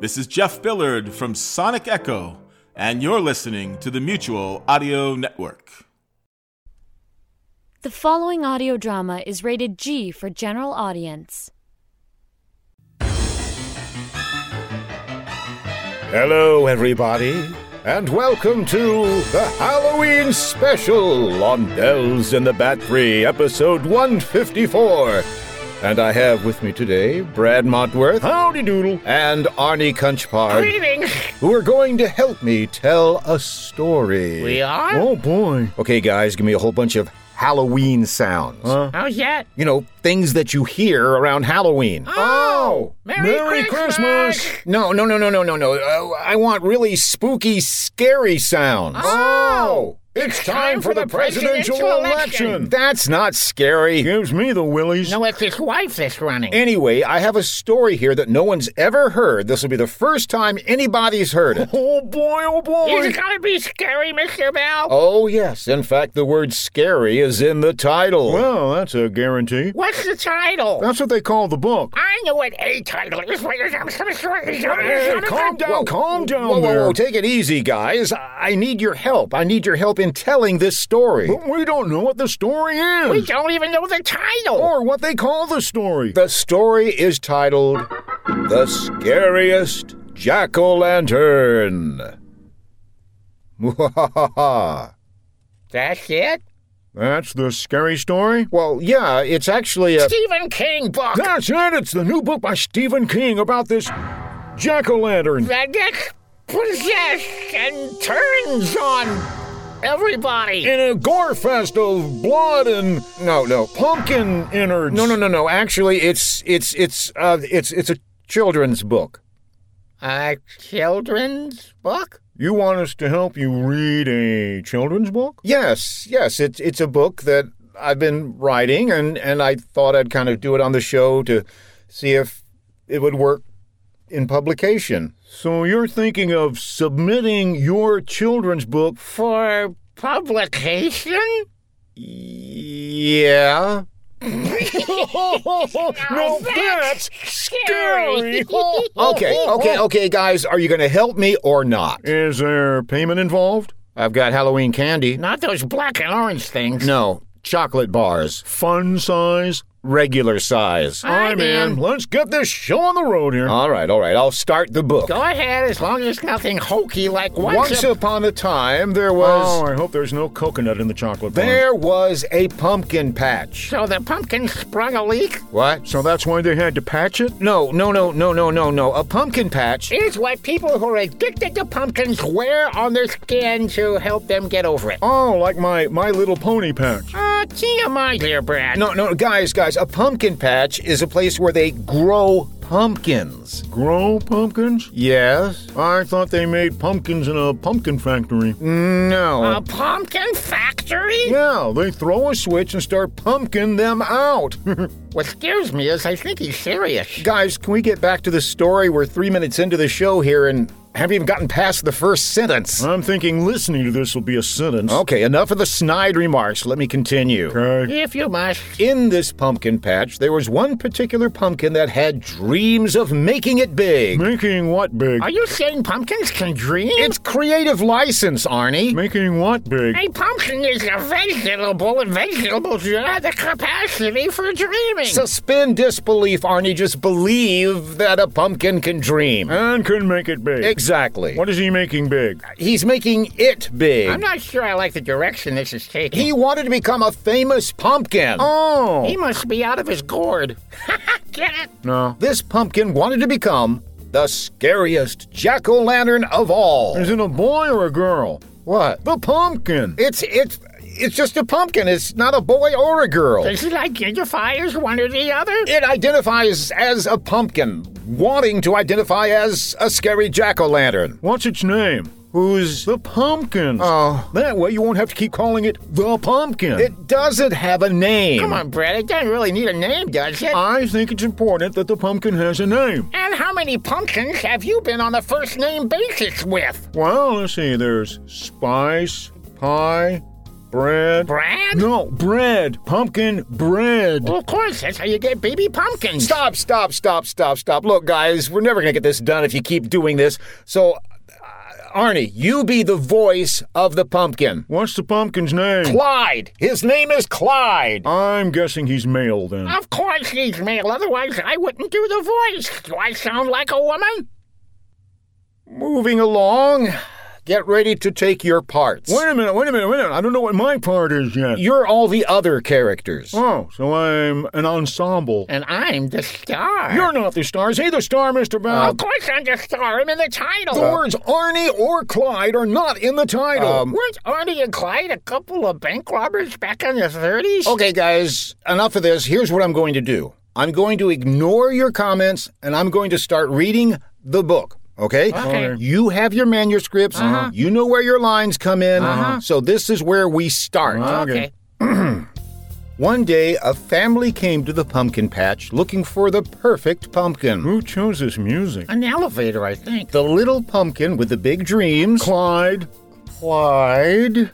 This is Jeff Billard from Sonic Echo, and you're listening to the Mutual Audio Network. The following audio drama is rated G for general audience. Hello, everybody, and welcome to the Halloween special on Bells in the Bat Free, episode 154. And I have with me today Brad Montworth. Howdy doodle. And Arnie Kunchpard. Greeting. Who are going to help me tell a story. We are? Oh, boy. Okay, guys, give me a whole bunch of Halloween sounds. Oh yeah. You know, things that you hear around Halloween. Oh, Merry Christmas. No, no, no, no, no, no, no. Uh, I want really spooky, scary sounds. Oh, it's time for the presidential election. That's not scary. Gives me the willies. No, it's his wife that's running. Anyway, I have a story here that no one's ever heard. This will be the first time anybody's heard it. Oh boy, oh Is it gonna be scary, Mr. Bell? Oh, yes. In fact, the word scary is in the title. Well, that's a guarantee. What's the title? That's what they call the book. I know what a title is. Wait, I'm some sort of- Whoa, calm down whoa, Whoa, whoa, take it easy, guys. I I need your help. I need your help in telling this story. But we don't know what the story is. We don't even know the title. what they call the story. The story is titled The Scariest Jack O' Lantern. That's it. That's the scary story? Well, yeah, it's actually a. Stephen King book. That's it! It's the new book by Stephen King about this jack o' lantern. That gets possessed and turns on everybody. In a gore fest of blood and no, no, pumpkin innards. No, no, no, no. Actually, it's it's it's uh, it's it's a children's book. A children's book? You want us to help you read a children's book? Yes, yes. It's it's a book that I've been writing, and and I thought I'd kind of do it on the show to see if it would work in publication. So you're thinking of submitting your children's book? For publication? Yeah. no, that's scary. okay, okay, okay, guys. Are you going to help me or not? Is there payment involved? I've got Halloween candy. Not those black and orange things. No, chocolate bars. Fun size? Regular size. All right, man. Let's get this show on the road here. All right, all right. I'll start the book. Go ahead, as long as it's nothing hokey like once, Once a- upon a time, there was. I hope there's no coconut in the chocolate there was a pumpkin patch. So the pumpkin sprung a leak What? So that's why they had to patch it? No, no, no, no, no, no, no. A pumpkin patch is what people who are addicted to pumpkins wear on their skin to help them get over it. Oh, like my My Little Pony patch. Oh, TMI, dear Brad. No, no, guys, guys, a pumpkin patch is a place where they grow pumpkins. Grow pumpkins? Yes? I thought they made pumpkins in a pumpkin factory. Uh, No. A pumpkin factory? yeah, they throw a switch and start pumpkin them out. What scares me is I think he's serious. guys, can we get back to the story? We're three minutes into the show here and haven't even gotten past the first sentence. I'm thinking listening to this will be a sentence. Okay, enough of the snide remarks. Let me continue. Okay. If you must. In this pumpkin patch, there was one particular pumpkin that had dreams of making it big. Making what big? Are you saying pumpkins can dream? It's creative license, Arnie. Making what big? a pumpkin is a vegetable, and vegetables do not have the capacity for dreaming. Suspend disbelief, Arnie. Just believe that a pumpkin can dream. And can make it big. Exactly. What is he making big? He's making it big. I'm not sure I like the direction this is taking. he wanted to become a famous pumpkin. Oh! He must be out of his gourd. Get it? No. This pumpkin wanted to become the scariest jack o' lantern of all. Is it a boy or a girl? What? The pumpkin! It's it's it's just a pumpkin. It's not a boy or a girl. Does it identify as one or the other? It identifies as a pumpkin, wanting to identify as a scary jack o' lantern. What's its name? Who's. The pumpkins. Oh. That way you won't have to keep calling it the pumpkin. It doesn't have a name. Come on, Brad, it doesn't really need a name, does it? I think it's important that the pumpkin has a name. and how many pumpkins have you been on a first name basis with? Well, let's see. There's spice, pie, bread. Brad? No, bread. Pumpkin bread. Well, of course, that's how you get baby pumpkins. Stop, stop, stop, stop, stop. Look, guys, we're never going to get this done if you keep doing this. So, uh, Arnie, you be the voice of the pumpkin. What's the pumpkin's name? Clyde. His name is Clyde. I'm guessing he's male then. Of course he's male, otherwise I wouldn't do the voice. Do I sound like a woman? Moving along, get ready to take your parts. Wait a minute, wait a minute, wait a minute. I don't know what my part is yet. You're all the other characters. Oh, so I'm an ensemble. And I'm the star. You're not the star. Say the star, Mr. Of Bell. Uh, course I'm the star. I'm in the title. the words Arnie or Clyde are not in the title. Um, Weren't Arnie and Clyde a couple of bank robbers back in the 30s? Okay, guys, enough of this. Here's what I'm going to do I'm going to ignore your comments and I'm going to start reading the book. Okay? Okay. You have your manuscripts. You know where your lines come in. So this is where we start. Okay. One day, a family came to the pumpkin patch looking for the perfect pumpkin. Who chose this music? An elevator, I think. The little pumpkin with the big dreams, Clyde. Clyde,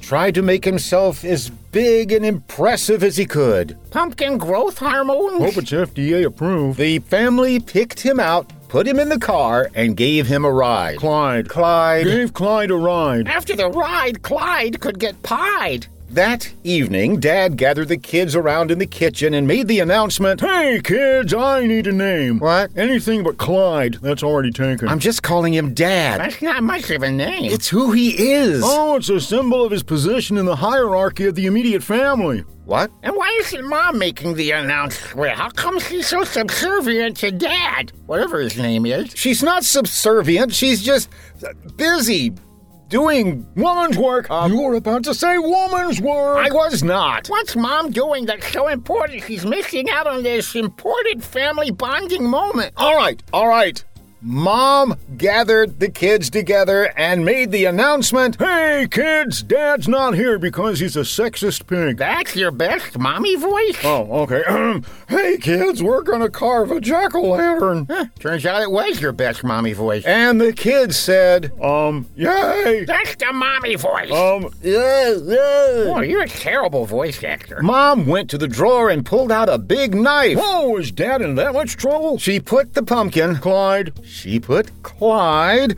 tried to make himself as big and impressive as he could. Pumpkin growth hormones? Hope it's FDA approved. The family picked him out, put him in the car, and gave him a ride. Clyde. Clyde. Gave Clyde a ride. After the ride, Clyde could get pied. That evening, Dad gathered the kids around in the kitchen and made the announcement Hey, kids, I need a name. What? Anything but Clyde. That's already taken. I'm just calling him Dad. That's not much of a name. It's who he is. Oh, it's a symbol of his position in the hierarchy of the immediate family. What? and why isn't Mom making the announcement? How come she's so subservient to Dad? Whatever his name is. She's not subservient. She's just busy doing Woman's work. you were about to say woman's work. I was not. What's Mom doing that's so important? She's missing out on this important family bonding moment. All right, all right. Mom gathered the kids together and made the announcement. hey, kids, Dad's not here because he's a sexist pig. That's your best mommy voice? oh, okay. hey, kids, we're gonna carve a jack o' lantern. Huh, turns out it was your best mommy voice. And the kids said, Um, yay. That's the mommy voice. Oh. Um, "Yes, yes." Boy, you're a terrible voice actor. Mom went to the drawer and pulled out a big knife. whoa, Oh, is Dad in that much trouble? She put the pumpkin, Clyde. she put Clyde,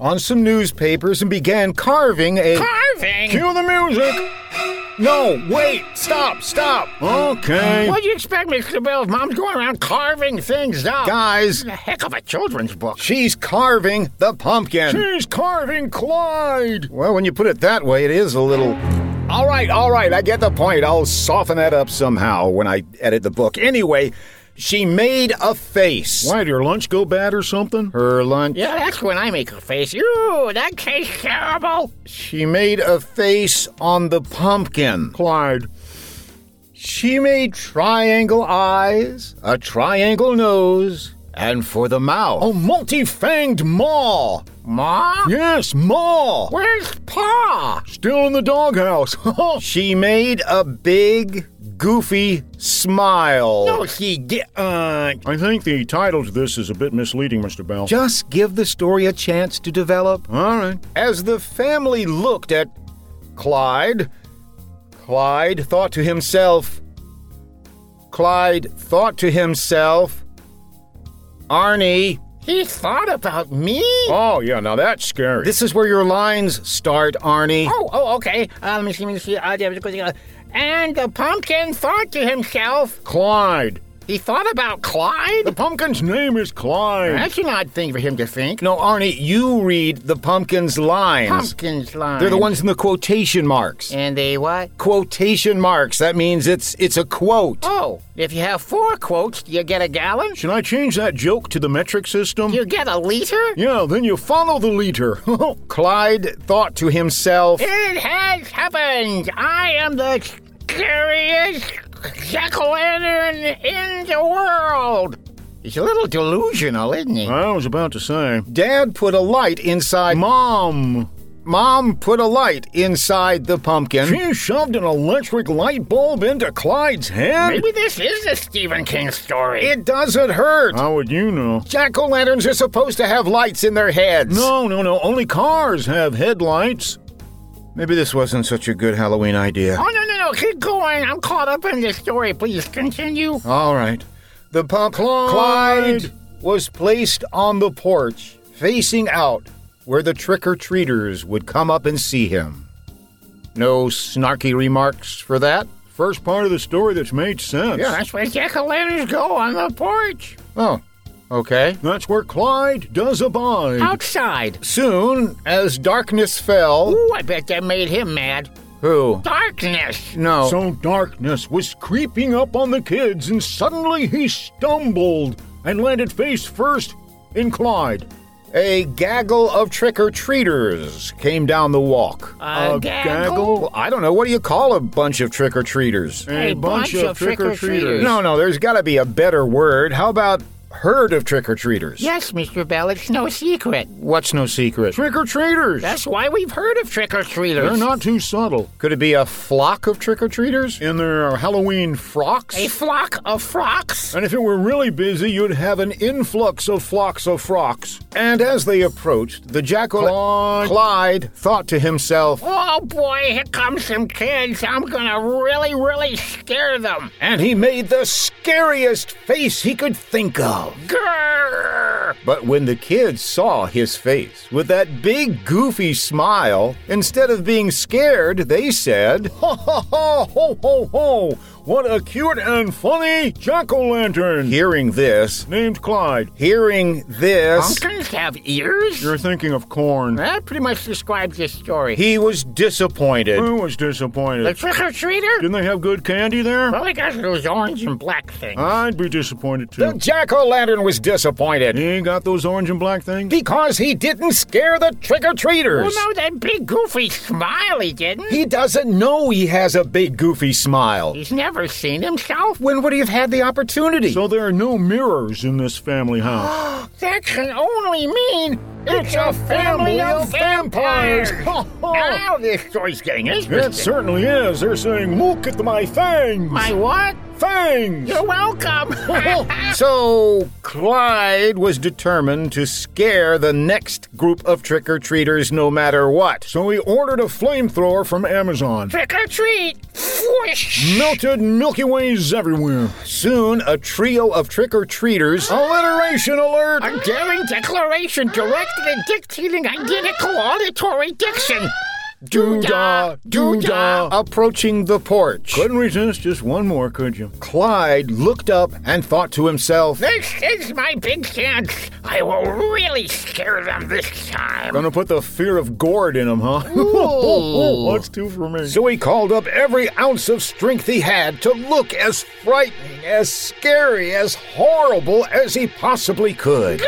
on some newspapers and began carving a. Carving? Cue the music. No, wait, stop, stop. Okay. What do you expect, Mr. Bill, if Mom's going around carving things up? Guys, It's a heck of a children's book. she's carving the pumpkin. She's carving Clyde. Well, when you put it that way, it is a little. All right, all right, I get the point. I'll soften that up somehow when I edit the book. Anyway, she made a face. Why, did your lunch go bad or something? Her lunch. Yeah, that's when I make a face. Ew, that tastes terrible. She made a face on the pumpkin. Clyde. She made triangle eyes, a triangle nose, and for the mouth. A multi-fanged maw. Ma? Yes, maw. Where's Pa? Still in the doghouse. She made a big, goofy smile. No, she did. Uh, I think the title to this is a bit misleading, Mr. Bell. Oh. Just give the story a chance to develop. All right. As the family looked at Clyde, Clyde thought to himself, Clyde thought to himself, Arnie, he thought about me? Oh, yeah, now that's scary. this is where your lines start, Arnie. Oh, oh, okay. Uh, let me see, let me see. Uh, there was a good- uh, And the pumpkin thought to himself, Clyde. he thought about The Clyde? pumpkin's name is Clyde. That's an odd thing for him to think. No, Arnie, you read the pumpkin's lines. Pumpkin's line. They're the ones in the quotation marks. And they what? Quotation marks. That means it's it's a quote. Oh, if you have four quotes, do you get a gallon? Should I change that joke to the metric system? You get a liter? Yeah, then you follow the leader. Oh, Clyde thought to himself, It has happened. I am the scariest jack o' lantern in the world. He's a little delusional, isn't he? I was about to say. Dad put a light inside. Mom! Mom put a light inside the pumpkin. She shoved an electric light bulb into Clyde's head? Maybe this is a Stephen King story. It doesn't hurt. How would you know? Jack o' lanterns are supposed to have lights in their heads. Oh, No, no, no. Only cars have headlights. Maybe this wasn't such a good Halloween idea. oh, no, no, no. Keep going. I'm caught up in this story. Please continue. All right. The pump Clyde! Clyde was placed on the porch, facing out, where the trick or treaters would come up and see him. No snarky remarks for that? First part of the story that's made sense. Yeah, that's where jack o' lanterns go on the porch. Oh, okay. That's where Clyde does abide. Outside. Soon as darkness fell, Ooh, I bet that made him mad. who? Darkness. No. So darkness was creeping up on the kids, and suddenly he stumbled and landed face first in Clyde. A gaggle of trick or treaters came down the walk. A, A gaggle. Well, I don't know. What do you call a bunch of trick or treaters? A bunch of trick-or-treaters. No, no, there's got to be a better word. How about herd of trick or treaters? Yes, Mr. Bell, it's no secret. What's no secret? Trick or treaters. That's why we've heard of trick or treaters. They're not too subtle. Could it be a flock of trick or treaters? In their Halloween frocks. A flock of frocks. and if it were really busy, you'd have an influx of flocks of frocks. And as they approached, the jackal Clyde. Clyde thought to himself, Oh boy, here come some kids. I'm gonna really, really scare them. and he made the scariest face he could think of. Grrr. But when the kids saw his face with that big goofy smile, instead of being scared, they said, Ho ho ho ho ho ho! What a cute and funny jack o' lantern hearing this, named Clyde. hearing this, Pumpkins have ears? You're thinking of corn. That pretty much describes this story. he was disappointed. Who was the disappointed? trick or treater? Didn't they have good candy there? Well, I got those orange and black things. I'd be disappointed The too. jack o' lantern was disappointed He ain't got those orange and black things? because he didn't scare the trick or Well, treaters. no, that big goofy smile he didn't. He doesn't know he has a big goofy smile. He's never seen himself. When would he have had the opportunity? So there are no mirrors in this family house. That can only mean it's a family of vampires. now this story's getting It interesting. certainly is. They're saying, look at my fangs! My what? fangs! You're welcome. So Clyde was determined to scare the next group of trick or treaters no matter what. So he ordered a flamethrower from Amazon. Trick or treat. Mm. Whoosh. Melted Milky Ways everywhere. Soon, a trio of trick or treaters. Alliteration alert! A daring declaration directed at dictating identical auditory diction. Doo-dah, doo-dah. Approaching the porch, Couldn't resist just one more, could you? Clyde looked up and thought to himself, This is my big chance. I will really scare them this time. Gonna put the fear of gourd in him, huh? Ooh. What's two for me? So he called up every ounce of strength he had to look as frightening, as scary, as horrible as he possibly could.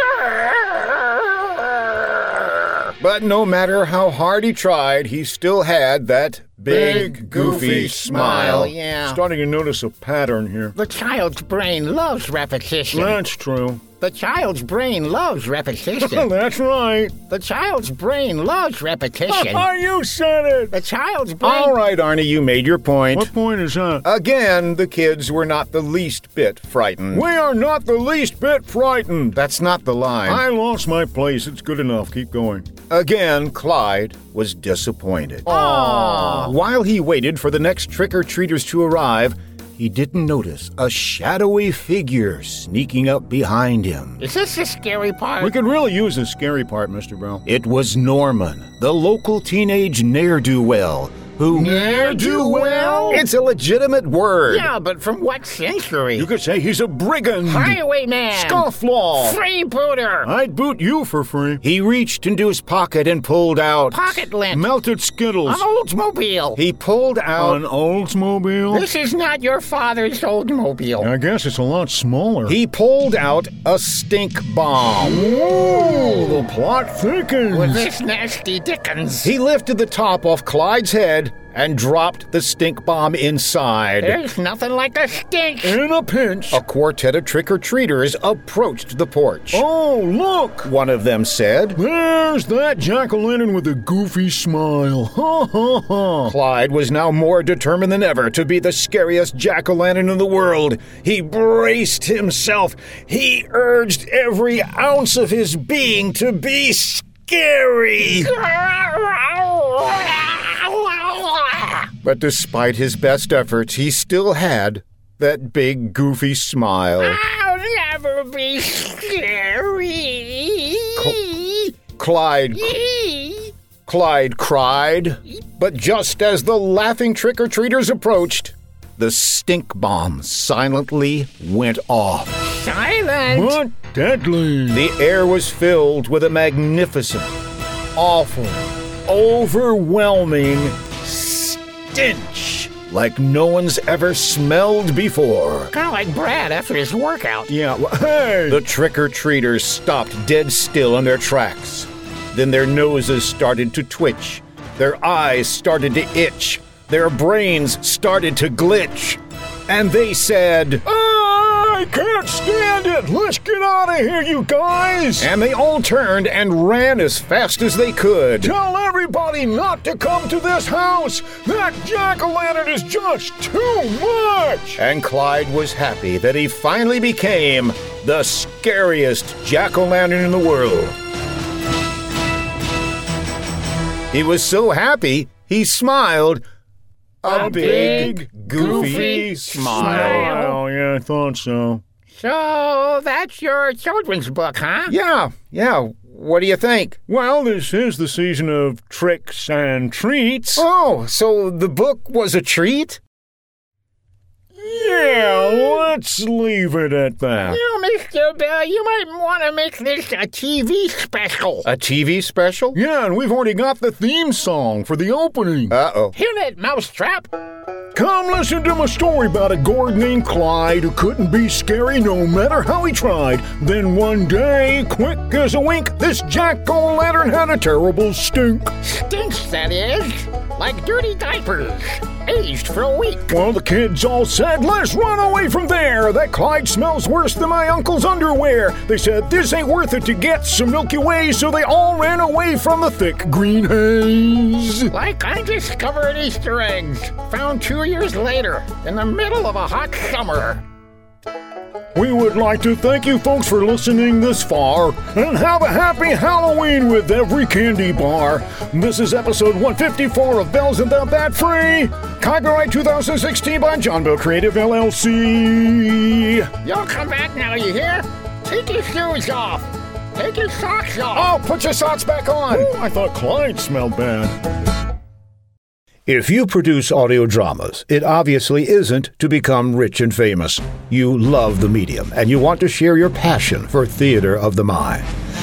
But no matter how hard he tried, he still had that big, goofy, smile. smile, yeah. Starting to notice a pattern here. The child's brain loves repetition. That's true. The child's brain loves repetition. That's right. the child's brain loves repetition. you said it. the child's brain. All right, Arnie, you made your point. What point is that? Again, the kids were not the least bit frightened. We are not the least bit frightened. That's not the line. I lost my place. It's good enough. Keep going. Again, Clyde was disappointed. While he waited for the next trick or treaters to arrive, he didn't notice a shadowy figure sneaking up behind him. Is this the scary part? We could really use this scary part, Mr. Bell. It was Norman, the local teenage ne'er do well, who. Ne'er do well? It's a legitimate word. yeah, but from what century? You could say he's a brigand. Highwayman. Scofflaw. Freebooter. I'd boot you for free. He reached into his pocket and pulled out. Pocket lint. Oh, Melted Skittles. An Oldsmobile. He pulled out. An Oldsmobile. This is not your father's Oldsmobile. I guess it's a lot smaller. He pulled out a stink bomb. Whoa! The plot thickens. With this nasty Dickens. He lifted the top off Clyde's head and dropped the stink bomb inside. There's nothing like a stink. In a pinch. A quartet of trick or treaters approached the porch. Oh, look! One of them said, There's that jack o' lantern with a goofy smile. Ha ha ha. Clyde was now more determined than ever to be the scariest jack o' lantern in the world. He braced himself. He urged every ounce of his being to be scary. But despite his best efforts, he still had that big, goofy smile. I'll never be scary. Clyde Clyde cried. But just as the laughing trick or treaters approached, the stink bomb silently went off. Silence. But deadly. The air was filled with a magnificent, awful, overwhelming stench like no one's ever smelled before. Kind of like Brad after his workout. Yeah, well, hey! The trick or treaters stopped dead still in their tracks. Then their noses started to twitch, their eyes started to itch, their brains started to glitch. And they said, I can't stand it! Let's get out of here, you guys! and they all turned and ran as fast as they could. Tell everybody not to come to this house! That jack o' lantern is just too much! And Clyde was happy that he finally became the scariest jack o' lantern in the world. He was so happy, he smiled a, A big, goofy smile. Oh, yeah, I thought so. So that's your children's book, huh? Yeah, yeah. What do you think? Well, this is the season of tricks and treats. Oh, so the book was a treat? Yeah, let's leave it at that. You, Mr. Bell, you might want to make this a TV special. A TV special? Yeah, and we've already got the theme song for the opening. Uh oh. Hear that, mousetrap? Come listen to my story about a gourd named Clyde who couldn't be scary no matter how he tried. Then one day, quick as a wink, this jack o' lantern had a terrible stink. Stinks, that is. Like dirty diapers, aged for a week. Well, the kids all said, Let's run away from there. That Clyde smells worse than my uncle's underwear. They said, This ain't worth it to get some Milky Way, so they all ran away from the thick green haze. Like I discovered Easter eggs, found two years later, in the middle of a hot summer. We would like to thank you folks for listening this far and have a happy Halloween with every candy bar. This is episode 154 of Bells and the Bat Free. Copyright 2016 by John Bell Creative LLC. Y'all come back now, you hear? Take your shoes off. Take your socks off. Oh, put your socks back on. I thought Clyde smelled bad. If you produce audio dramas, it obviously isn't to become rich and famous. You love the medium and you want to share your passion for theater of the mind.